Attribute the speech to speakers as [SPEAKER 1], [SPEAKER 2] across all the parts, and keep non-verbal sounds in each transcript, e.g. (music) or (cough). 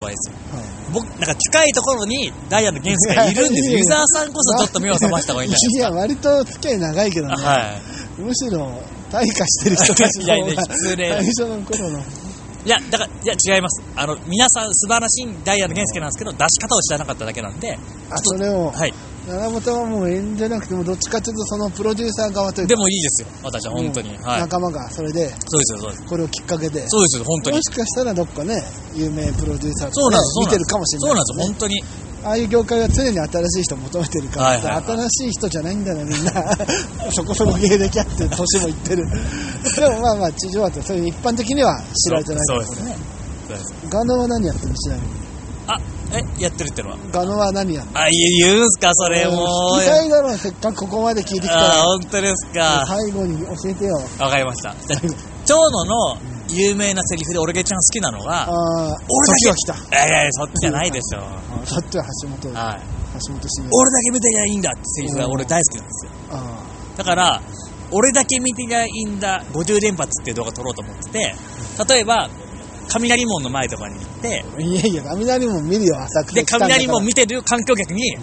[SPEAKER 1] 怖いですよ。
[SPEAKER 2] は
[SPEAKER 1] 僕、なんか近いところにダイヤの元素がいるんです
[SPEAKER 2] いや
[SPEAKER 1] よ。
[SPEAKER 2] いや
[SPEAKER 1] 湯
[SPEAKER 2] いや
[SPEAKER 1] 沢さんこそちょっと目を覚ました方がいいんじ
[SPEAKER 2] (laughs) いや、割と付き合い長いけど
[SPEAKER 1] ゃ
[SPEAKER 2] ね。
[SPEAKER 1] ないですか。は
[SPEAKER 2] むしろ、退化してる人たち
[SPEAKER 1] (laughs)
[SPEAKER 2] の方
[SPEAKER 1] いやいや
[SPEAKER 2] が
[SPEAKER 1] 失礼
[SPEAKER 2] 最初の頃の。
[SPEAKER 1] い。いや、だから、いや、違います。あの、皆さん素晴らしいダイヤの元素なんですけど、出し方を知らなかっただけなんで、
[SPEAKER 2] あ、それを、
[SPEAKER 1] はい。
[SPEAKER 2] 七本はもう演じゃなくても、どっちかというとそのプロデューサー側というか、
[SPEAKER 1] でもいいですよ。私は本当に。
[SPEAKER 2] うん
[SPEAKER 1] はい。
[SPEAKER 2] 仲間が、それで、
[SPEAKER 1] そうですよ、そうです。
[SPEAKER 2] これをきっかけで、
[SPEAKER 1] そうですよ、本当に
[SPEAKER 2] も。しかしたらどっかね、有名プロデューサー
[SPEAKER 1] そう
[SPEAKER 2] と
[SPEAKER 1] なん
[SPEAKER 2] か
[SPEAKER 1] です、そうな
[SPEAKER 2] 見
[SPEAKER 1] ん
[SPEAKER 2] て
[SPEAKER 1] で
[SPEAKER 2] る
[SPEAKER 1] す。
[SPEAKER 2] かもしれ
[SPEAKER 1] そう
[SPEAKER 2] な
[SPEAKER 1] ないん
[SPEAKER 2] です
[SPEAKER 1] です、
[SPEAKER 2] ね。
[SPEAKER 1] 本当に。
[SPEAKER 2] ああいう業界は常に新しい人を求めてるから、
[SPEAKER 1] はいはいはい
[SPEAKER 2] 新しい人じゃないんだな、み (laughs) んな。そこそこ芸歴あって、年もいってる。でもまあまあ、地上波ってそういう一般的には知られてない
[SPEAKER 1] そう
[SPEAKER 2] か
[SPEAKER 1] で
[SPEAKER 2] ら
[SPEAKER 1] すね。そうです。
[SPEAKER 2] ガノは何やってるちなみに。
[SPEAKER 1] あ、え、やってるってのは。
[SPEAKER 2] ガノは何やってる
[SPEAKER 1] あ、言うんすか、それも
[SPEAKER 2] 聞きたいだろう、せっかくここまで聞いてきた
[SPEAKER 1] あ、
[SPEAKER 2] ら。
[SPEAKER 1] 本当ですか。
[SPEAKER 2] 最後に教えてよ。
[SPEAKER 1] わかりました。じゃあ長野の有名なセリフで俺が一番好きなの
[SPEAKER 2] あ
[SPEAKER 1] が、
[SPEAKER 2] あ、
[SPEAKER 1] 俺だけ
[SPEAKER 2] 時は来た。
[SPEAKER 1] いやいやいや、そっちじゃないでしょ。
[SPEAKER 2] そっちは橋本、橋
[SPEAKER 1] はい。
[SPEAKER 2] 本慎也。
[SPEAKER 1] 俺だけ見てりゃいいんだってセリフが俺大好きなんですよ。
[SPEAKER 2] あ
[SPEAKER 1] だから、俺だけ見てりゃいいんだ50連発っていう動画撮ろうと思ってて、例えば、雷門の前とかに行って、
[SPEAKER 2] あ。いやいや、雷も見るよ、浅く
[SPEAKER 1] で、雷門見てる観光客に、か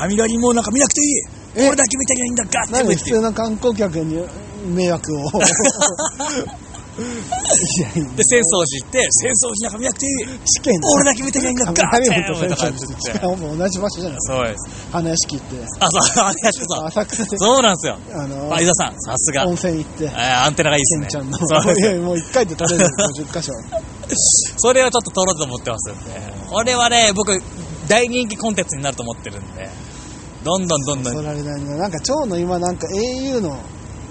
[SPEAKER 1] 雷門なんか見なくていい
[SPEAKER 2] え
[SPEAKER 1] 俺だけ見てりゃいいんだガッて
[SPEAKER 2] 何
[SPEAKER 1] 言
[SPEAKER 2] 普
[SPEAKER 1] って言う
[SPEAKER 2] 通の観光客に迷惑
[SPEAKER 1] (laughs)
[SPEAKER 2] を。い
[SPEAKER 1] で、浅草寺行って、浅草寺
[SPEAKER 2] やいや
[SPEAKER 1] なんか見なくていい
[SPEAKER 2] 試験
[SPEAKER 1] 俺だけ見てりゃいいんだガッて
[SPEAKER 2] 雷門と
[SPEAKER 1] とか
[SPEAKER 2] 浅
[SPEAKER 1] 言って
[SPEAKER 2] 草しかも同じ場所じゃない
[SPEAKER 1] そうです。
[SPEAKER 2] 花屋敷行って。
[SPEAKER 1] あ、そう、ありがとうございます
[SPEAKER 2] 浅草で、
[SPEAKER 1] そうなんですよ。
[SPEAKER 2] あの
[SPEAKER 1] あ、、伊沢さん、さすが。
[SPEAKER 2] 温泉行って
[SPEAKER 1] え。ーアンテナがいいです
[SPEAKER 2] ケ
[SPEAKER 1] ね。
[SPEAKER 2] ンちゃんの。
[SPEAKER 1] そう
[SPEAKER 2] (laughs) いやもう一回で取れる50箇所。
[SPEAKER 1] (laughs) それをちょっと撮ろうと思ってますんで。これはね、僕、大人気コンテンツになると思ってるんで。どんどんどんど
[SPEAKER 2] そ
[SPEAKER 1] ん。
[SPEAKER 2] られないな。なんか、蝶の今、なんか au の、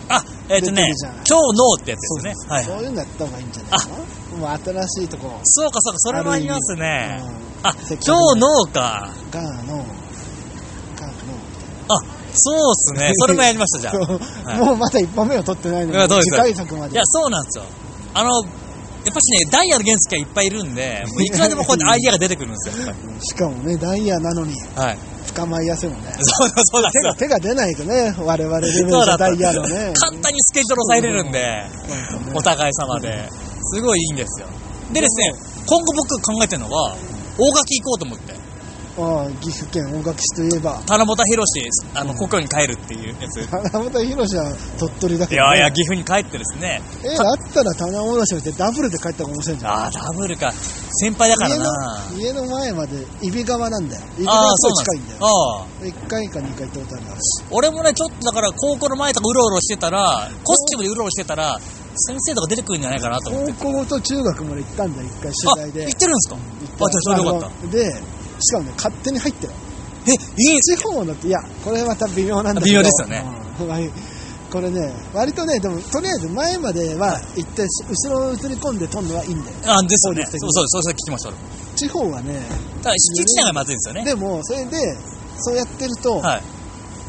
[SPEAKER 1] あ、えっ、と
[SPEAKER 2] 出て
[SPEAKER 1] ね
[SPEAKER 2] るじゃん、
[SPEAKER 1] 超脳ってやつですね。はい。
[SPEAKER 2] そういうのやった方がいいんじゃないかな。もう新しいとこ。
[SPEAKER 1] そうかそうか、それもありますね。あ
[SPEAKER 2] せっ、かく
[SPEAKER 1] 超脳か。
[SPEAKER 2] うんガーの、ガーの。
[SPEAKER 1] あ、そうっす
[SPEAKER 2] (laughs)
[SPEAKER 1] ね。それもやりました、じゃ
[SPEAKER 2] そ
[SPEAKER 1] あ。
[SPEAKER 2] う
[SPEAKER 1] はい
[SPEAKER 2] もうまだ一本目を取ってないの
[SPEAKER 1] いや
[SPEAKER 2] に、
[SPEAKER 1] どうです
[SPEAKER 2] 次回作ま
[SPEAKER 1] い
[SPEAKER 2] で
[SPEAKER 1] や、。そうなんですよ。あの、やっぱしね、ダイヤの原石がいっぱいいるんで、もういくらでもこうやってアイデアが出てくるんですよ。やっ
[SPEAKER 2] しかもね、ダイヤなのに、
[SPEAKER 1] ぱりはい。
[SPEAKER 2] 捕まえやすいもんね。
[SPEAKER 1] そうだ、そうだ、
[SPEAKER 2] 手
[SPEAKER 1] そうだ
[SPEAKER 2] が、。手が出ないとね、我々レベ
[SPEAKER 1] そう
[SPEAKER 2] ル
[SPEAKER 1] だ
[SPEAKER 2] で
[SPEAKER 1] った
[SPEAKER 2] ダイヤのね。
[SPEAKER 1] 簡単にスケジュール抑えれるんで、
[SPEAKER 2] なんかね
[SPEAKER 1] お互い様で、すごいいいんですよ。でですね、今後僕考えてるのは、大垣行こうと思って、
[SPEAKER 2] ああ岐阜県大垣市といえば、 (laughs)
[SPEAKER 1] 七夕博士、あの、故郷に帰るっていうやつ。い
[SPEAKER 2] 七夕博士は鳥取だけど、
[SPEAKER 1] や
[SPEAKER 2] ね。
[SPEAKER 1] いや、岐阜に帰ってですね、
[SPEAKER 2] えだったら棚卸しってダブルで帰った方が面白いんじゃない
[SPEAKER 1] ああ、ダブルか。先輩だからな。
[SPEAKER 2] 家の家の前まで揖斐川なんだよ揖斐
[SPEAKER 1] ああー、
[SPEAKER 2] 川す
[SPEAKER 1] そう
[SPEAKER 2] ごい近い
[SPEAKER 1] なん
[SPEAKER 2] ん
[SPEAKER 1] です。
[SPEAKER 2] だよ
[SPEAKER 1] ああ。
[SPEAKER 2] 1回か2回行ったことあるから
[SPEAKER 1] 俺もね、ちょっとだから、高校の前とかうろうろしてたら、コスチュームでうろうろしてたら、先生とか出てくるんじゃないかなと思って。
[SPEAKER 2] 高校と中学まで行ったんだよ1回
[SPEAKER 1] あ、
[SPEAKER 2] 取材
[SPEAKER 1] 行って
[SPEAKER 2] で
[SPEAKER 1] るんですかあ、
[SPEAKER 2] 行
[SPEAKER 1] じゃあそれでよかった。
[SPEAKER 2] あのでしかもね勝手に入ったよ
[SPEAKER 1] え、いいんす
[SPEAKER 2] 地方のっていやこれまた微妙なんだけど
[SPEAKER 1] 微妙ですよね、
[SPEAKER 2] うんはいこれね割とねでもとりあえず前までは行ってし後ろ映り込んで撮るのはいいんだよ
[SPEAKER 1] あ、ですよね。そ
[SPEAKER 2] そうです
[SPEAKER 1] うそう、そうそう聞きました。俺も
[SPEAKER 2] 地方はね
[SPEAKER 1] ただ、敷地内がまずいんですよね。
[SPEAKER 2] でもそれでそうやってると、
[SPEAKER 1] はい。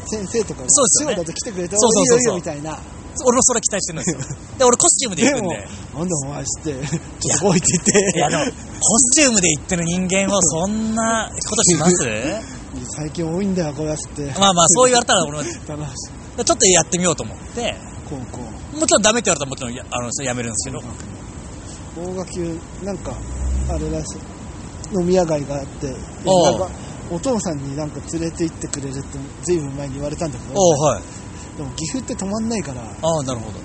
[SPEAKER 2] 先生とかが
[SPEAKER 1] そうです
[SPEAKER 2] 地
[SPEAKER 1] よね
[SPEAKER 2] 方だと来てくれて
[SPEAKER 1] そうそう
[SPEAKER 2] お
[SPEAKER 1] そうそう
[SPEAKER 2] いいよいいよみたいな
[SPEAKER 1] 俺もそれ期待してるんですよ。で、俺コスチュームで行くん
[SPEAKER 2] も
[SPEAKER 1] で。
[SPEAKER 2] なんでお前知ってちょっとこう言って言って
[SPEAKER 1] いや、でも、コスチュームで行ってる人間をそんなことします
[SPEAKER 2] 最近多いんだよこれはつって
[SPEAKER 1] まあまあ、そう言われたら俺も、ち
[SPEAKER 2] たらし
[SPEAKER 1] ょっとやってみようと思って、
[SPEAKER 2] 高校
[SPEAKER 1] もちろんダメって言われたらもちろんや、あの、それやめるんですけど。
[SPEAKER 2] 大垣なんかあれらしい飲み屋街があって
[SPEAKER 1] おう
[SPEAKER 2] なんかお父さんになんか連れて行ってくれるってずいぶん前に言われたんだけど
[SPEAKER 1] おうはい。
[SPEAKER 2] でも岐阜って止まんないから (laughs)
[SPEAKER 1] ああ、なるほど。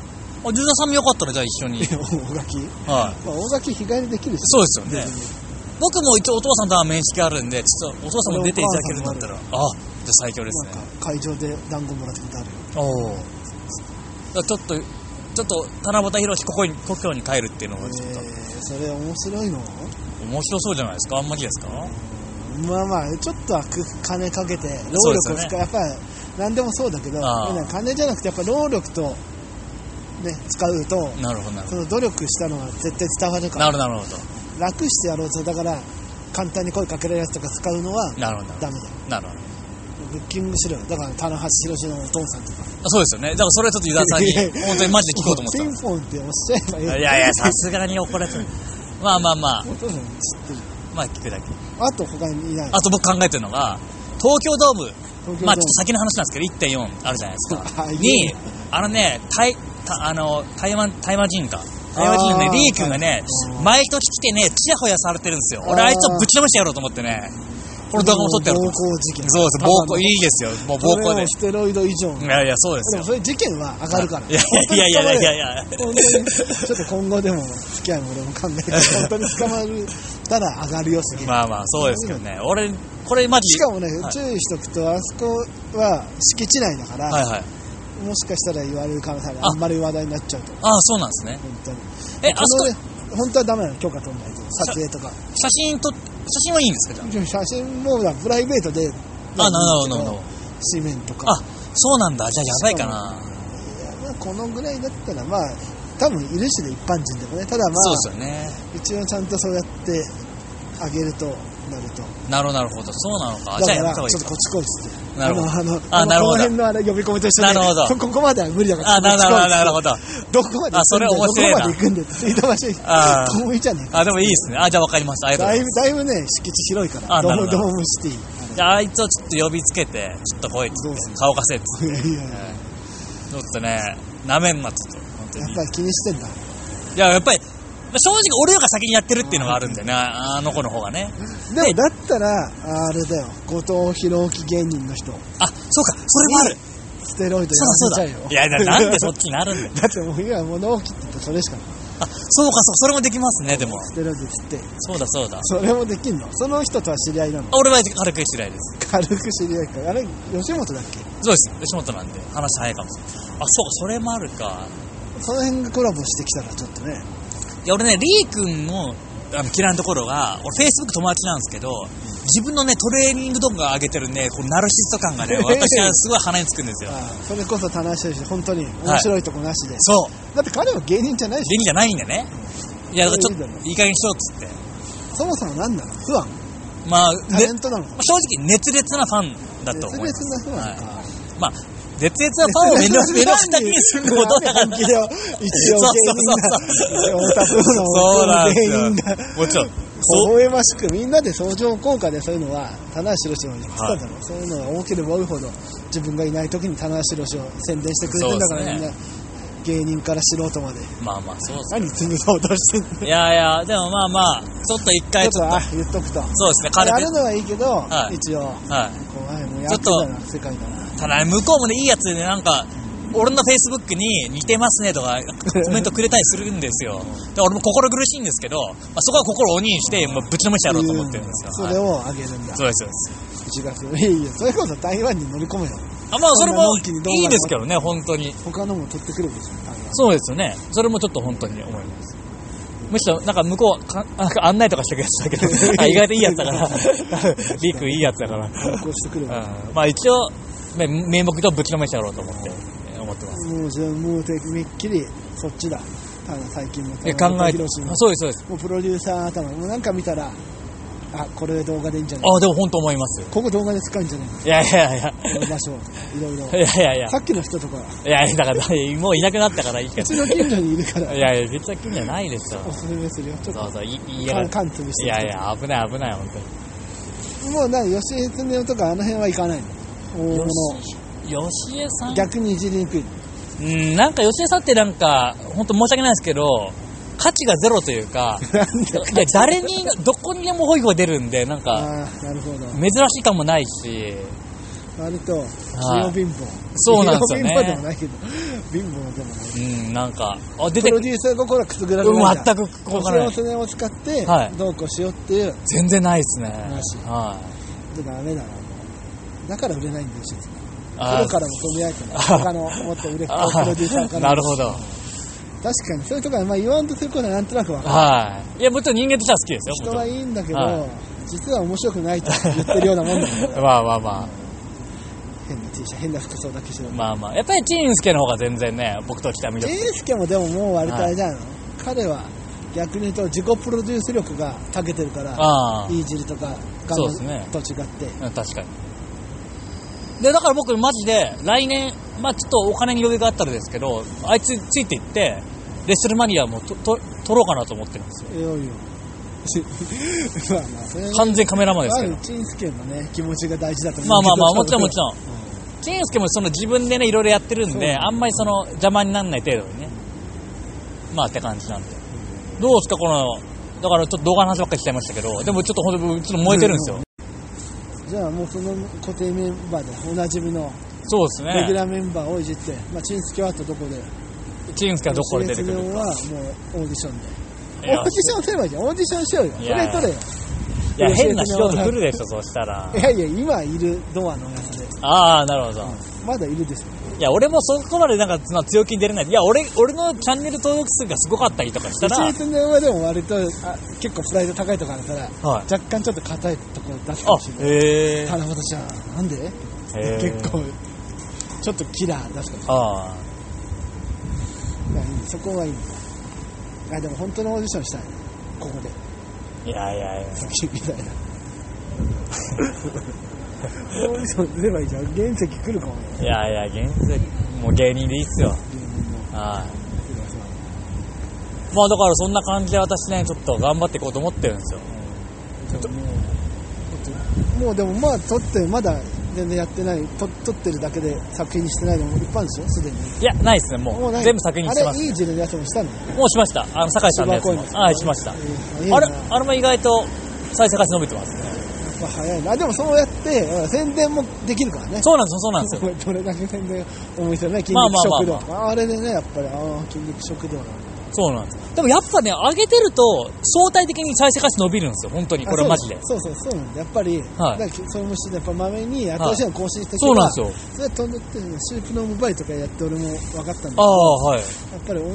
[SPEAKER 1] あ、ジュさんもよかったらじゃあ一緒に。
[SPEAKER 2] 大垣、
[SPEAKER 1] はい。
[SPEAKER 2] まあ、大垣日帰りできるし
[SPEAKER 1] そうですよね
[SPEAKER 2] 別に
[SPEAKER 1] 僕も一応お父さんとは面識あるんで、ちょっとお父さんも出ていただけるんだったら、ああ、じゃあ最強です
[SPEAKER 2] な
[SPEAKER 1] ね
[SPEAKER 2] ん。か会場で団子もらってきたことあるよ
[SPEAKER 1] おお。だからちょっと、ちょっと、七夕博士、ここに、故郷に帰るっていうのが、ちょっと、
[SPEAKER 2] えーそれ面白いの
[SPEAKER 1] 面白そうじゃないですかあんまりですか
[SPEAKER 2] まあまあちょっとはく金かけて労
[SPEAKER 1] そうですよ
[SPEAKER 2] 力を
[SPEAKER 1] ね
[SPEAKER 2] 使うやっぱ何でもそうだけど
[SPEAKER 1] あー
[SPEAKER 2] 金じゃなくてやっぱ労力とね使うと
[SPEAKER 1] なるほど、なるほ
[SPEAKER 2] その努力したのは絶対伝わる
[SPEAKER 1] ど。
[SPEAKER 2] か
[SPEAKER 1] な
[SPEAKER 2] ら
[SPEAKER 1] るほど、なるほど。
[SPEAKER 2] 楽してやろうとだから簡単に声かけられるやつとか使うのは
[SPEAKER 1] なるほど。
[SPEAKER 2] ダメだよ
[SPEAKER 1] なるほど。
[SPEAKER 2] ブッキングしろよだから棚橋宏のお父さんとか
[SPEAKER 1] あそうですよね。だからそれはちょっとユダさんに
[SPEAKER 2] いやい、 (laughs) や
[SPEAKER 1] 本当にマジで聞こうと思ってた
[SPEAKER 2] ピ
[SPEAKER 1] んで
[SPEAKER 2] ンポンっておっしゃえばい
[SPEAKER 1] (laughs)
[SPEAKER 2] い
[SPEAKER 1] す。いやいや、さすがに怒られてる。まあまあまあ
[SPEAKER 2] お、父さん知ってる
[SPEAKER 1] まあ聞くだけ。
[SPEAKER 2] あと他にいない
[SPEAKER 1] あと僕考えてるのが、東京ドーム、
[SPEAKER 2] 東京
[SPEAKER 1] まあち
[SPEAKER 2] ド
[SPEAKER 1] ょっと先の話なんですけど、1.4あるじゃないですか。
[SPEAKER 2] ームあいい
[SPEAKER 1] に
[SPEAKER 2] ね、
[SPEAKER 1] あのね、台、たあの、台湾、台湾人か。あれはちょっとね
[SPEAKER 2] あ、ー
[SPEAKER 1] リー君がね
[SPEAKER 2] は、い
[SPEAKER 1] 毎年来てね、ちやほやされてるんですよ。俺、
[SPEAKER 2] あー
[SPEAKER 1] あいつをぶちのめしてやろうと思ってね、この動画も撮ってやろうと
[SPEAKER 2] 暴
[SPEAKER 1] 思って。
[SPEAKER 2] 行事件。
[SPEAKER 1] そうそう、暴行、いいですよ。もう暴行
[SPEAKER 2] それ
[SPEAKER 1] で
[SPEAKER 2] も。ステロイド以上の。
[SPEAKER 1] いやいや、そうで
[SPEAKER 2] です
[SPEAKER 1] よ
[SPEAKER 2] も。そういう事件は上がるから。
[SPEAKER 1] いやいやいやいやいやいや
[SPEAKER 2] 本当にちょっと今後でも付き合いも俺
[SPEAKER 1] (laughs)
[SPEAKER 2] もわかんないけど、本当に捕まるたら上がるよ、すげえ。
[SPEAKER 1] まあまあ、そうですよね。俺、これマジ
[SPEAKER 2] しかもね、
[SPEAKER 1] はい
[SPEAKER 2] 注意しとくと、あそこは敷地内だから、
[SPEAKER 1] はいはい。
[SPEAKER 2] もしかしたら言われる可能性ある。あんまり話題になっちゃうと、
[SPEAKER 1] ああ、そうなんですね。
[SPEAKER 2] 本当に。
[SPEAKER 1] え、あそこ、
[SPEAKER 2] このね、本当はダメなの、許可取んないと、撮影とか。
[SPEAKER 1] 写真と、写真はいいんですか、じゃ
[SPEAKER 2] 写真もだからプライベートで、
[SPEAKER 1] あ。あ、なるほど、なるほど。
[SPEAKER 2] 紙面とか。
[SPEAKER 1] あ、そうなんだ。じゃあ、やばいかな。
[SPEAKER 2] いやまあこのぐらいだったら、まあ、多分いるしで一般人でもね、ただまあ、
[SPEAKER 1] そうですよね。
[SPEAKER 2] 一応ちゃんとそうやってあげるとなると
[SPEAKER 1] なるほど、なるほど。そうなのか。
[SPEAKER 2] だ
[SPEAKER 1] じゃ
[SPEAKER 2] か
[SPEAKER 1] あ、や
[SPEAKER 2] ら
[SPEAKER 1] った方
[SPEAKER 2] ち
[SPEAKER 1] が
[SPEAKER 2] ょ
[SPEAKER 1] いい
[SPEAKER 2] っと
[SPEAKER 1] か
[SPEAKER 2] こっち来いっつって
[SPEAKER 1] なるほど
[SPEAKER 2] あの
[SPEAKER 1] あ
[SPEAKER 2] あの
[SPEAKER 1] なるほど
[SPEAKER 2] この辺のあれ呼び込みと一緒
[SPEAKER 1] な
[SPEAKER 2] で
[SPEAKER 1] るほど
[SPEAKER 2] そこここまでは無理だから
[SPEAKER 1] あ、なるほど、なるほ
[SPEAKER 2] ど
[SPEAKER 1] ど。
[SPEAKER 2] どこまで行くんだよ
[SPEAKER 1] あそれ面白いな
[SPEAKER 2] どこまで行くんだよって水道
[SPEAKER 1] あー
[SPEAKER 2] 橋遠いじゃねえか
[SPEAKER 1] あ、でもいいですね。あ、じゃあわかりました。ありがとう
[SPEAKER 2] だ
[SPEAKER 1] ござ
[SPEAKER 2] い
[SPEAKER 1] いま
[SPEAKER 2] ぶ
[SPEAKER 1] す。
[SPEAKER 2] だいぶね敷地広いから
[SPEAKER 1] あ
[SPEAKER 2] ド
[SPEAKER 1] なるほ
[SPEAKER 2] ーム
[SPEAKER 1] ど
[SPEAKER 2] ドームシティ
[SPEAKER 1] じゃあ、あいつをちょっと呼びつけて、ちょっと来いっつ
[SPEAKER 2] ど
[SPEAKER 1] っ
[SPEAKER 2] うす
[SPEAKER 1] て
[SPEAKER 2] る、
[SPEAKER 1] 顔貸せっつっ
[SPEAKER 2] いやいやいや
[SPEAKER 1] て。はいちょっとね、なめんな、ちょっと。本当
[SPEAKER 2] や
[SPEAKER 1] に
[SPEAKER 2] っ。ぱり気にしてんだ
[SPEAKER 1] いや、やっぱり、正直俺よりが先にやってるっていうのがあるんでね、あの子の方がね。
[SPEAKER 2] でもだったらあれだよ後藤弘樹芸人の人
[SPEAKER 1] あ、そうか、それもある。
[SPEAKER 2] ステロイド
[SPEAKER 1] そうだ、
[SPEAKER 2] や
[SPEAKER 1] そう
[SPEAKER 2] めちゃ
[SPEAKER 1] だ。
[SPEAKER 2] えよ
[SPEAKER 1] いや、ななんでそっちになるんだよ。
[SPEAKER 2] (laughs) だってもう今物置って言ってそれしかない
[SPEAKER 1] あ、そうか、そう、それもできますね、でも。
[SPEAKER 2] ステロイドっつって
[SPEAKER 1] そうだ、そうだ。
[SPEAKER 2] それもできんのその人とは知り合いなの
[SPEAKER 1] あ俺は軽く知り合いです。
[SPEAKER 2] 軽く知り合いかあれ吉本だっけ
[SPEAKER 1] そうです。吉本なんで、話早いかもしれない。あ、そうか、それもあるか。
[SPEAKER 2] その辺がコラボしてきたらちょっとね
[SPEAKER 1] いや、俺ね、リー君の、あの嫌いなところが、俺、Facebook 友達なんですけど、自分のね、トレーニング動画上げてるね、こうナルシスト感 (laughs) がね、私はすごい鼻につくんですよ。
[SPEAKER 2] ああそれこそ棚橋し本当に面白いとこなしで、
[SPEAKER 1] そう。
[SPEAKER 2] だって彼は芸人じゃないでし
[SPEAKER 1] 芸人じゃないんでね。いや、だからちょっと
[SPEAKER 2] それいいだ、
[SPEAKER 1] いい加減にしようっつって。
[SPEAKER 2] ょそもそも何なの不安
[SPEAKER 1] まあ、
[SPEAKER 2] タ
[SPEAKER 1] ね
[SPEAKER 2] レントなのか
[SPEAKER 1] 正直、熱烈なファンだと思います。
[SPEAKER 2] 熱烈な不安か、
[SPEAKER 1] はいまあ、熱烈なファンを目の目の下にすることだから。
[SPEAKER 2] 本気でよ一応
[SPEAKER 1] そうそうなんですよ
[SPEAKER 2] 芸人だ一応芸人だ。
[SPEAKER 1] もちろん。そう。
[SPEAKER 2] 微笑ましくみんなで相乗効果でそういうのは棚橋宏の言ってたんだろう、そういうのが多ければ多いほど自分がいない時に棚橋宏を宣伝してくれてんだか
[SPEAKER 1] そ
[SPEAKER 2] ら、
[SPEAKER 1] うですね
[SPEAKER 2] みんな芸人から素人まで
[SPEAKER 1] まあまあ、そうです
[SPEAKER 2] 何つぶそうとしてんの
[SPEAKER 1] いやいや、でもまあまあ、ちょっと一
[SPEAKER 2] ちょ
[SPEAKER 1] 回ちょ
[SPEAKER 2] っ
[SPEAKER 1] っ
[SPEAKER 2] と
[SPEAKER 1] と、
[SPEAKER 2] あ言っとく
[SPEAKER 1] そ
[SPEAKER 2] と
[SPEAKER 1] うですね、
[SPEAKER 2] あ
[SPEAKER 1] 軽
[SPEAKER 2] やる
[SPEAKER 1] く。
[SPEAKER 2] のはいいけど、
[SPEAKER 1] はい
[SPEAKER 2] 一応こ
[SPEAKER 1] は。
[SPEAKER 2] うあもうやってたな世界だない
[SPEAKER 1] ただ、向こうもね、いいやつでね、なんか、俺の Facebook に似てますねとか、コメントくれたりするんですよ。で俺も心苦しいんですけど、まあ、そこは心を鬼にして、もうぶちのめしてやろうと思ってるんですよ。
[SPEAKER 2] そ
[SPEAKER 1] は
[SPEAKER 2] れ
[SPEAKER 1] い
[SPEAKER 2] をあげるんだ
[SPEAKER 1] そうです、そうです。
[SPEAKER 2] 1月いいよそれこそ台湾に乗り込めよ
[SPEAKER 1] あまあ、それも
[SPEAKER 2] こんなのんきにどうなる
[SPEAKER 1] いいですけどね、本当に。
[SPEAKER 2] 他のも取ってくるでしょ台湾
[SPEAKER 1] そうですよね。それもちょっと本当に思います。むしろ、なんか向こうか、 (laughs) なんか案内とかしてくれてたけど、 (laughs) あ意外といいやつだから、リークいいやつだから。
[SPEAKER 2] 観光してくる
[SPEAKER 1] うんまあ一応、ね名目上ぶちのめしてやろうと思って、えー思ってます。
[SPEAKER 2] もうじゃあもうてめっきりそっちだあの最近も
[SPEAKER 1] いや考えて、
[SPEAKER 2] 広
[SPEAKER 1] そう
[SPEAKER 2] 島
[SPEAKER 1] です、そうです。
[SPEAKER 2] もうプロデューサー頭もうなんか見たらあこれ動画でいいんじゃない
[SPEAKER 1] ああ、でも本当思いますよ。
[SPEAKER 2] ここ動画で使うんじゃない
[SPEAKER 1] いやいやいや、
[SPEAKER 2] この場所いろいろ
[SPEAKER 1] いやいやいや
[SPEAKER 2] さっきの人とかう
[SPEAKER 1] いやいや、だから、 (laughs) もういなくなったからいいけ
[SPEAKER 2] ちの近所にいるか
[SPEAKER 1] ど。
[SPEAKER 2] ら
[SPEAKER 1] いやいや、別に気じゃないですよ。
[SPEAKER 2] おすすめするよちょっ
[SPEAKER 1] そ
[SPEAKER 2] と
[SPEAKER 1] うそう、いいいや
[SPEAKER 2] 缶
[SPEAKER 1] い
[SPEAKER 2] 缶潰してる人とか
[SPEAKER 1] やいや、危ない危ない、本当に。
[SPEAKER 2] もうなんか吉江恒夫とかあの辺は行かないの大物
[SPEAKER 1] よし吉江さん
[SPEAKER 2] 逆にいじりにくい
[SPEAKER 1] うん、なんか吉江さんってなんか、本当申し訳ないですけど、価値がゼロという (laughs) か、
[SPEAKER 2] (laughs)
[SPEAKER 1] いや誰に、どこにでもホイホイ出るんで、なんか、
[SPEAKER 2] ああなるほど
[SPEAKER 1] 珍しい感もないし、
[SPEAKER 2] 割と
[SPEAKER 1] は
[SPEAKER 2] 器用
[SPEAKER 1] い
[SPEAKER 2] 貧乏
[SPEAKER 1] そうなんですよね
[SPEAKER 2] 器用貧乏でもないけど貧乏でもない
[SPEAKER 1] うん、なんか、あ、出
[SPEAKER 2] プ
[SPEAKER 1] て
[SPEAKER 2] ロ
[SPEAKER 1] く
[SPEAKER 2] デューサー心はくすぐられ
[SPEAKER 1] う
[SPEAKER 2] なんい
[SPEAKER 1] 全くこうか
[SPEAKER 2] それ
[SPEAKER 1] な
[SPEAKER 2] を
[SPEAKER 1] い。
[SPEAKER 2] それを使って
[SPEAKER 1] はい
[SPEAKER 2] どうこうしようっていう
[SPEAKER 1] 全然ないですね。
[SPEAKER 2] し
[SPEAKER 1] はい。
[SPEAKER 2] でダメだなだから売れないんですよプ
[SPEAKER 1] あ
[SPEAKER 2] ロ
[SPEAKER 1] ー
[SPEAKER 2] からも飛び合えてない
[SPEAKER 1] あ
[SPEAKER 2] 他のもっと売れっ子
[SPEAKER 1] あ
[SPEAKER 2] プロデューサーか
[SPEAKER 1] ー
[SPEAKER 2] ら
[SPEAKER 1] なるほど。
[SPEAKER 2] 確かにそういうとこはまあ言わんとすることはなんとなくわかる
[SPEAKER 1] はい。いや、もちろん人間としては好きです
[SPEAKER 2] 人
[SPEAKER 1] よ、も
[SPEAKER 2] はいいんだけど
[SPEAKER 1] は
[SPEAKER 2] 実は面白くないと言ってるようなもんだ
[SPEAKER 1] ち
[SPEAKER 2] か
[SPEAKER 1] ろん。(laughs)
[SPEAKER 2] ら
[SPEAKER 1] まあまあま
[SPEAKER 2] 変な T シャツ変な服装だけしてる
[SPEAKER 1] あ。まあまあ。やっぱりチンスケの方が全然ね、僕と北見
[SPEAKER 2] ジ
[SPEAKER 1] 力
[SPEAKER 2] ェイ。スケもでももう割とあれじゃないの、彼は逆に言うと自己プロデュース力が長けてるから
[SPEAKER 1] ああ。
[SPEAKER 2] いいじりとかガ
[SPEAKER 1] そう
[SPEAKER 2] ム
[SPEAKER 1] ですね
[SPEAKER 2] と違って、
[SPEAKER 1] うん確かに。で、だから僕マジで、来年、まあちょっとお金に余裕があったらですけど、あいつついていって、レッスルマニアもとと取ろうかなと思ってるん
[SPEAKER 2] (laughs)
[SPEAKER 1] ですよ。
[SPEAKER 2] えよいよまあまあそれ
[SPEAKER 1] 完全カメラマンですけど
[SPEAKER 2] まあ。チンスケのね気持ちが大事だと思う
[SPEAKER 1] まあまあまあ、も
[SPEAKER 2] け
[SPEAKER 1] ちろ
[SPEAKER 2] ど
[SPEAKER 1] んもちろん。ケンスケもその自分でね、いろいろやってるん
[SPEAKER 2] そう
[SPEAKER 1] で、あんまりその邪魔にならない程度にね。まあって感じなんで。どうですか、この、だからちょっと動画の話ばっかりしちゃいましたけど、でもちょっと本当に、ちょっと燃えてるんですよ。
[SPEAKER 2] じゃあもうこの固定メンバーでおなじみの
[SPEAKER 1] そうです
[SPEAKER 2] レギ
[SPEAKER 1] ね。
[SPEAKER 2] ュラーメンバーをいじって、まあ、チンスキはあったところで、
[SPEAKER 1] チンスケはどこで出てく
[SPEAKER 2] 吉
[SPEAKER 1] る
[SPEAKER 2] 根
[SPEAKER 1] か。
[SPEAKER 2] はもうオーディションで。オ
[SPEAKER 1] いや
[SPEAKER 2] ーディションすればいいじゃん。オーディションしようよ。
[SPEAKER 1] い
[SPEAKER 2] そ
[SPEAKER 1] や
[SPEAKER 2] れ取れよ。
[SPEAKER 1] いや、変な仕事来るでしょ、そうしたら
[SPEAKER 2] い。やいや、今いるドアのやつで。
[SPEAKER 1] ああ、なるほど。
[SPEAKER 2] まだいるでしょ。
[SPEAKER 1] いや、俺もそこまでなんかそんな強気に出れない。いや、俺、俺のチャンネル登録数がすごかったりとかしたら、
[SPEAKER 2] 吉江君はでも割と、あ結構プライド高いところだから、
[SPEAKER 1] はい。
[SPEAKER 2] 若干ちょっと硬いところ出すか
[SPEAKER 1] あ
[SPEAKER 2] もしれ、ない。
[SPEAKER 1] へえ。
[SPEAKER 2] 花本ちゃん、なんで
[SPEAKER 1] へー
[SPEAKER 2] 結構、ちょっとキラー出すかもし
[SPEAKER 1] ああ。
[SPEAKER 2] れないいい。そこはいいんだ。あ、でも本当のオーディションしたい。
[SPEAKER 1] (laughs)
[SPEAKER 2] ここで。
[SPEAKER 1] いやいやいや。
[SPEAKER 2] 君みたいな。オーディション出ればいいじゃん。原石来るかもよ。
[SPEAKER 1] いやいや、現実、もう芸人でいいっすよ。はい、
[SPEAKER 2] 芸人の
[SPEAKER 1] まあだからそんな感じで私ね、ちょっと頑張っていこうと思ってるんですよ。
[SPEAKER 2] でももうもうでもまあ撮ってまだ全然やってない撮撮ってるだけで作品にしてないのもいっぱいあるんでしょすでに
[SPEAKER 1] いや、ないっすね、も
[SPEAKER 2] も
[SPEAKER 1] う。
[SPEAKER 2] うない
[SPEAKER 1] 全部作品してま
[SPEAKER 2] あ
[SPEAKER 1] す
[SPEAKER 2] れい。い字のやつもしたの
[SPEAKER 1] もうしました。あの、酒井さんのやつ
[SPEAKER 2] 芝公園
[SPEAKER 1] も
[SPEAKER 2] で。す
[SPEAKER 1] はい、しました。
[SPEAKER 2] え
[SPEAKER 1] あ
[SPEAKER 2] ー
[SPEAKER 1] れ
[SPEAKER 2] 早いな、や
[SPEAKER 1] あれも意外と再生回数伸びてますね。
[SPEAKER 2] っぱ早いなでもそうやってほら宣伝もできるからね
[SPEAKER 1] そうなんですよ、そうなんですよ。
[SPEAKER 2] (laughs) どれだけ宣伝お店ね筋
[SPEAKER 1] まあ
[SPEAKER 2] 肉
[SPEAKER 1] まあまあ
[SPEAKER 2] 食堂
[SPEAKER 1] まあ
[SPEAKER 2] ああれでねやっぱりああ筋肉食堂なんだ
[SPEAKER 1] そうなんです。でもやっぱね、上げてると、相対的に再生回数伸びるんですよ、本当に。これ
[SPEAKER 2] あ
[SPEAKER 1] マジで。
[SPEAKER 2] そうそうそうそうなんだやっぱり、
[SPEAKER 1] はい
[SPEAKER 2] だからそれもしてやっぱまめに新しいの更新して
[SPEAKER 1] そうなんですよ。
[SPEAKER 2] すよそれ飛んでってシープのモバイルとかやって俺も分かったんだけ
[SPEAKER 1] あ
[SPEAKER 2] ど
[SPEAKER 1] あ、はい。
[SPEAKER 2] やっぱり同じ、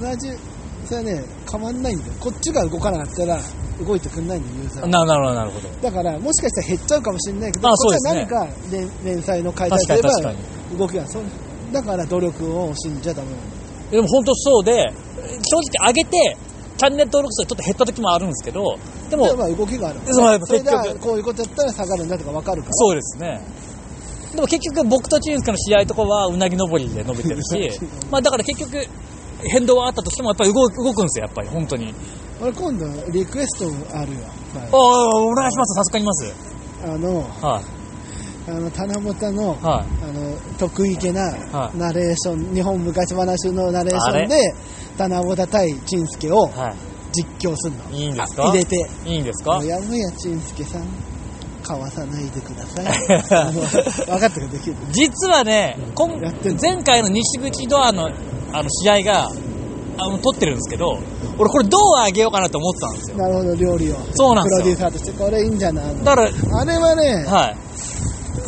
[SPEAKER 2] それはね、変わんないんだよ。こっちが動かなかったら、動いてくんないんだよ、ユーザーは。
[SPEAKER 1] ななるほど、なるほど。
[SPEAKER 2] だから、もしかしたら減っちゃうかもしれないけど、
[SPEAKER 1] あ
[SPEAKER 2] こ
[SPEAKER 1] そうで
[SPEAKER 2] っち
[SPEAKER 1] す
[SPEAKER 2] は
[SPEAKER 1] ね
[SPEAKER 2] 何か連,、連載の解体すれば
[SPEAKER 1] 確かに確
[SPEAKER 2] 動くやん。そうだから、努力を惜しんじゃダメなんだよ。
[SPEAKER 1] でも本当そうで、正直上げて、チャンネル登録数ちょっと減った時もあるんですけど、でも
[SPEAKER 2] で、まあ動きがある
[SPEAKER 1] そうまあ
[SPEAKER 2] それで
[SPEAKER 1] 結局
[SPEAKER 2] こういうことやったら下がるんだとか分かるから。、
[SPEAKER 1] そうですね。でも結局僕とチンスカの試合とかはうなぎ登りで伸びてる (laughs) しまあだから結局変動はあったとしてもやっぱり動く動くんですよ、やっぱり本当に。
[SPEAKER 2] 俺今度、リクエストあるよ。
[SPEAKER 1] ああ、お願いします、助かります。
[SPEAKER 2] あの、
[SPEAKER 1] はい、
[SPEAKER 2] あの、七夕の、
[SPEAKER 1] はい、
[SPEAKER 2] あの得意げな
[SPEAKER 1] はい
[SPEAKER 2] ナレーション、日本昔話のナレーションで七夕対陳介を
[SPEAKER 1] は
[SPEAKER 2] 実況するの
[SPEAKER 1] い。いいんですか
[SPEAKER 2] 入れて
[SPEAKER 1] いいんです
[SPEAKER 2] 「
[SPEAKER 1] か
[SPEAKER 2] おやむやちんすけさんかわさないでください」
[SPEAKER 1] (laughs)
[SPEAKER 2] あの分かったけどできる
[SPEAKER 1] 実はね、今
[SPEAKER 2] やってんの
[SPEAKER 1] 前回の西口ドアのあの試合が、あの、撮ってるんですけど、俺これどう上げようかなと思ってたんですよ。
[SPEAKER 2] なるほど料理を
[SPEAKER 1] そうなん
[SPEAKER 2] プ
[SPEAKER 1] で
[SPEAKER 2] ロ
[SPEAKER 1] す
[SPEAKER 2] デュ
[SPEAKER 1] よ。
[SPEAKER 2] ーサーとしてこれいいんじゃない
[SPEAKER 1] だから、
[SPEAKER 2] あれはね (laughs)
[SPEAKER 1] はい。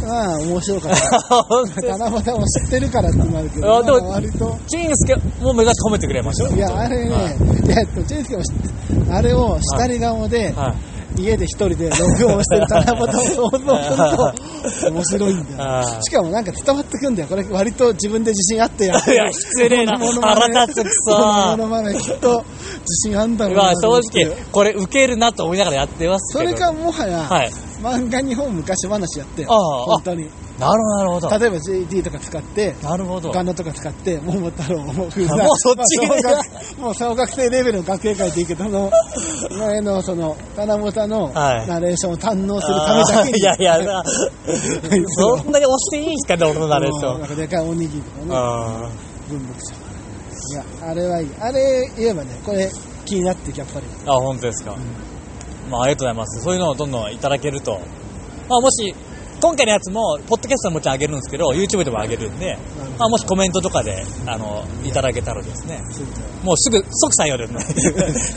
[SPEAKER 2] まあ面白かった
[SPEAKER 1] 本当です
[SPEAKER 2] 七夕を知ってるからってなるけ
[SPEAKER 1] あ
[SPEAKER 2] ど
[SPEAKER 1] でも
[SPEAKER 2] まあ割と
[SPEAKER 1] チンスケも目指して褒めてくれましたよ
[SPEAKER 2] いやあれね、、
[SPEAKER 1] はい
[SPEAKER 2] やでもちんすけも知ってあれをしたり顔で、
[SPEAKER 1] はい。
[SPEAKER 2] 家で一人で録音してる七夕を想像すると面白いんだよ
[SPEAKER 1] (laughs) あ
[SPEAKER 2] しかもなんか伝わってくんだよ。これ割と自分で自信あってやって
[SPEAKER 1] ーいや、失礼な。腹立つくそ
[SPEAKER 2] このも
[SPEAKER 1] ー。
[SPEAKER 2] のまねきっと自信あんだろう
[SPEAKER 1] ま
[SPEAKER 2] な
[SPEAKER 1] あ
[SPEAKER 2] と思
[SPEAKER 1] 正
[SPEAKER 2] って。
[SPEAKER 1] 直、これウケるなと思いながらやってます
[SPEAKER 2] そ
[SPEAKER 1] けど。
[SPEAKER 2] れかもはや、
[SPEAKER 1] はい。
[SPEAKER 2] 漫画日本昔話やってよ。
[SPEAKER 1] ああ
[SPEAKER 2] 本当に。
[SPEAKER 1] なるほど、なるほど。
[SPEAKER 2] 例えば JD とか使って、
[SPEAKER 1] なるほど。
[SPEAKER 2] ガンナとか使って、桃太郎、もう風
[SPEAKER 1] あもうそっち
[SPEAKER 2] まあ小学もう小学生レベルの学芸会でいいけど、その、前のその、七夕の
[SPEAKER 1] はい
[SPEAKER 2] ナレーションを堪能するためだけに。
[SPEAKER 1] いやいや、
[SPEAKER 2] (laughs)
[SPEAKER 1] なそんなに押していいんすかね、俺のナレーショ
[SPEAKER 2] あの
[SPEAKER 1] ン。
[SPEAKER 2] なんかでかいおにぎりとかね。
[SPEAKER 1] あ
[SPEAKER 2] 文牧さんいやあれはいいあれ言えばねこれ気になってきやっぱり
[SPEAKER 1] ーあ、本当ですか。まあ、ありがとうございます。そういうのをどんどんいただけると。まあ、もし、今回のやつも、ポッドキャストはもちろん上げるんですけど、YouTube でも上げるんで、まあ、もしコメントとかで、あの、いただけたらですね。
[SPEAKER 2] そうだ
[SPEAKER 1] もうすぐ、即採用ですね。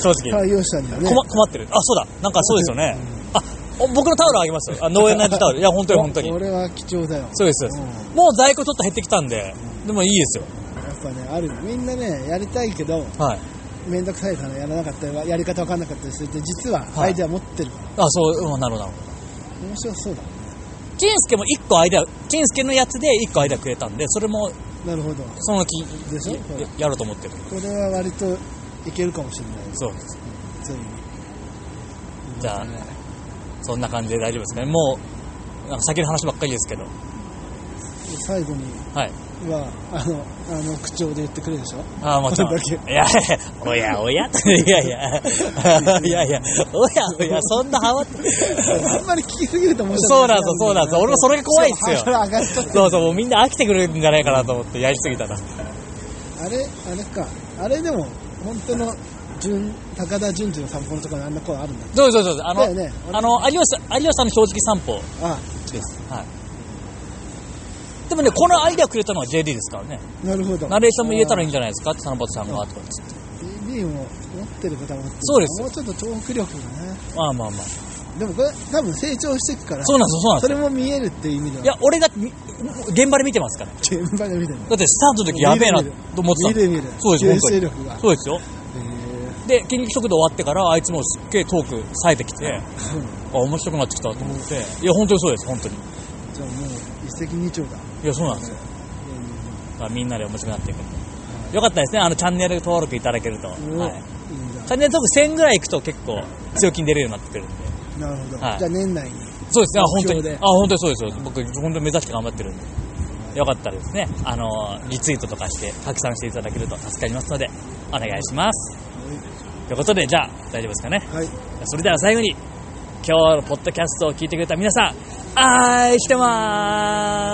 [SPEAKER 1] 正直。
[SPEAKER 2] 採用者にはね
[SPEAKER 1] 困困ってる。あ、そうだ。なんかそうですよね。あ、お僕のタオルあげますよ。あ、農園のタオル。いや、本当に本当に。
[SPEAKER 2] これは貴重だよ
[SPEAKER 1] そうです、そうです。もう在庫ちょっと減ってきたんで、でもいいですよ。
[SPEAKER 2] やっぱねあるよみんなねやりたいけど
[SPEAKER 1] はい。
[SPEAKER 2] 面倒くさいからやらなかったりやり方わかんなかったりするって実は
[SPEAKER 1] はい
[SPEAKER 2] アイデア持ってるから、
[SPEAKER 1] あ、そう、うん、なるほどなるほ
[SPEAKER 2] 面白そうだ
[SPEAKER 1] ど。チンスケも一個アイデア、チンスケのやつで一個アイデアくれたんで、それも
[SPEAKER 2] なるほど
[SPEAKER 1] その気
[SPEAKER 2] でしょこれ
[SPEAKER 1] ややろうと思ってる。
[SPEAKER 2] これは割といけるかもしれない
[SPEAKER 1] そう。
[SPEAKER 2] そういう意味
[SPEAKER 1] じゃあ、そんな感じで大丈夫ですね。もう、なんか先の話ばっかりですけど。
[SPEAKER 2] 最後に
[SPEAKER 1] はい。
[SPEAKER 2] はあのあの口調で言ってくれるでしょ (laughs)
[SPEAKER 1] ああ、もちろん。
[SPEAKER 2] ど
[SPEAKER 1] い
[SPEAKER 2] んだ
[SPEAKER 1] やいや、おやおやいやい (laughs) や、いやいや、おやおや、そんなハマって。
[SPEAKER 2] あんまり聞きすぎると思う
[SPEAKER 1] そうなんですよそうなんですよ俺もそれが怖いっすよ
[SPEAKER 2] 上がっちゃって (laughs)
[SPEAKER 1] そうそう、もうみんな飽きてくれるんじゃないかなと思って、やりすぎたら。
[SPEAKER 2] あれ、あれか。あれでも、本当の純高田純次の散歩のところにあんな声あるんだ
[SPEAKER 1] そうそうそうあの、
[SPEAKER 2] だよね
[SPEAKER 1] あの有吉さん有吉さんの正直散歩
[SPEAKER 2] あ
[SPEAKER 1] です、はい、でもねこのアイデアくれたのは JD ですからね
[SPEAKER 2] なるほど
[SPEAKER 1] ナレーションも入れたらいいんじゃないですかって田中さんがとかっつって
[SPEAKER 2] BB も持ってる方も持ってる
[SPEAKER 1] そうです
[SPEAKER 2] もうちょっと重複力がね
[SPEAKER 1] まあまあまあ
[SPEAKER 2] でもこれ多分成長していくから
[SPEAKER 1] そうなんですよそうなん
[SPEAKER 2] そ
[SPEAKER 1] です
[SPEAKER 2] れも見えるっていう意味ではい
[SPEAKER 1] や俺だってみ現場で見てますからだ
[SPEAKER 2] 現場で見てる
[SPEAKER 1] ってスタートの時やべえなと思って
[SPEAKER 2] 見
[SPEAKER 1] たの
[SPEAKER 2] る見る
[SPEAKER 1] そうです
[SPEAKER 2] 吸収力が
[SPEAKER 1] そうですよ
[SPEAKER 2] へ
[SPEAKER 1] で筋肉食堂終わってからあいつもすっげえトーク冴えてきて
[SPEAKER 2] えそうなん
[SPEAKER 1] あ
[SPEAKER 2] だ
[SPEAKER 1] 面白くなってきたと思っていや本当にそうです本当にい
[SPEAKER 2] (laughs) じゃあもう一石二鳥だ
[SPEAKER 1] やそうなんですよ、
[SPEAKER 2] う
[SPEAKER 1] まあ、みんなで面白くなっていくんで
[SPEAKER 2] ん
[SPEAKER 1] よかったですねあのチャンネル登録いただけると、
[SPEAKER 2] うん
[SPEAKER 1] はい、
[SPEAKER 2] いいん
[SPEAKER 1] チャンネル登録1000ぐらいいくと結構強気に出れるようになってくるんで
[SPEAKER 2] だなるほど、
[SPEAKER 1] はい
[SPEAKER 2] じゃあ年内に
[SPEAKER 1] そうですね、あ本当
[SPEAKER 2] 目標
[SPEAKER 1] に。
[SPEAKER 2] で
[SPEAKER 1] あ、本当にそうですよ。僕、本当に目指して頑張ってるんで。よかったらですね、あの、リツイートとかして、拡散していただけると助かりますので、お願いします。ということで、じゃあ、大丈夫ですかね。
[SPEAKER 2] はい
[SPEAKER 1] それでは最後に、今日のポッドキャストを聞いてくれた皆さん、愛してまーす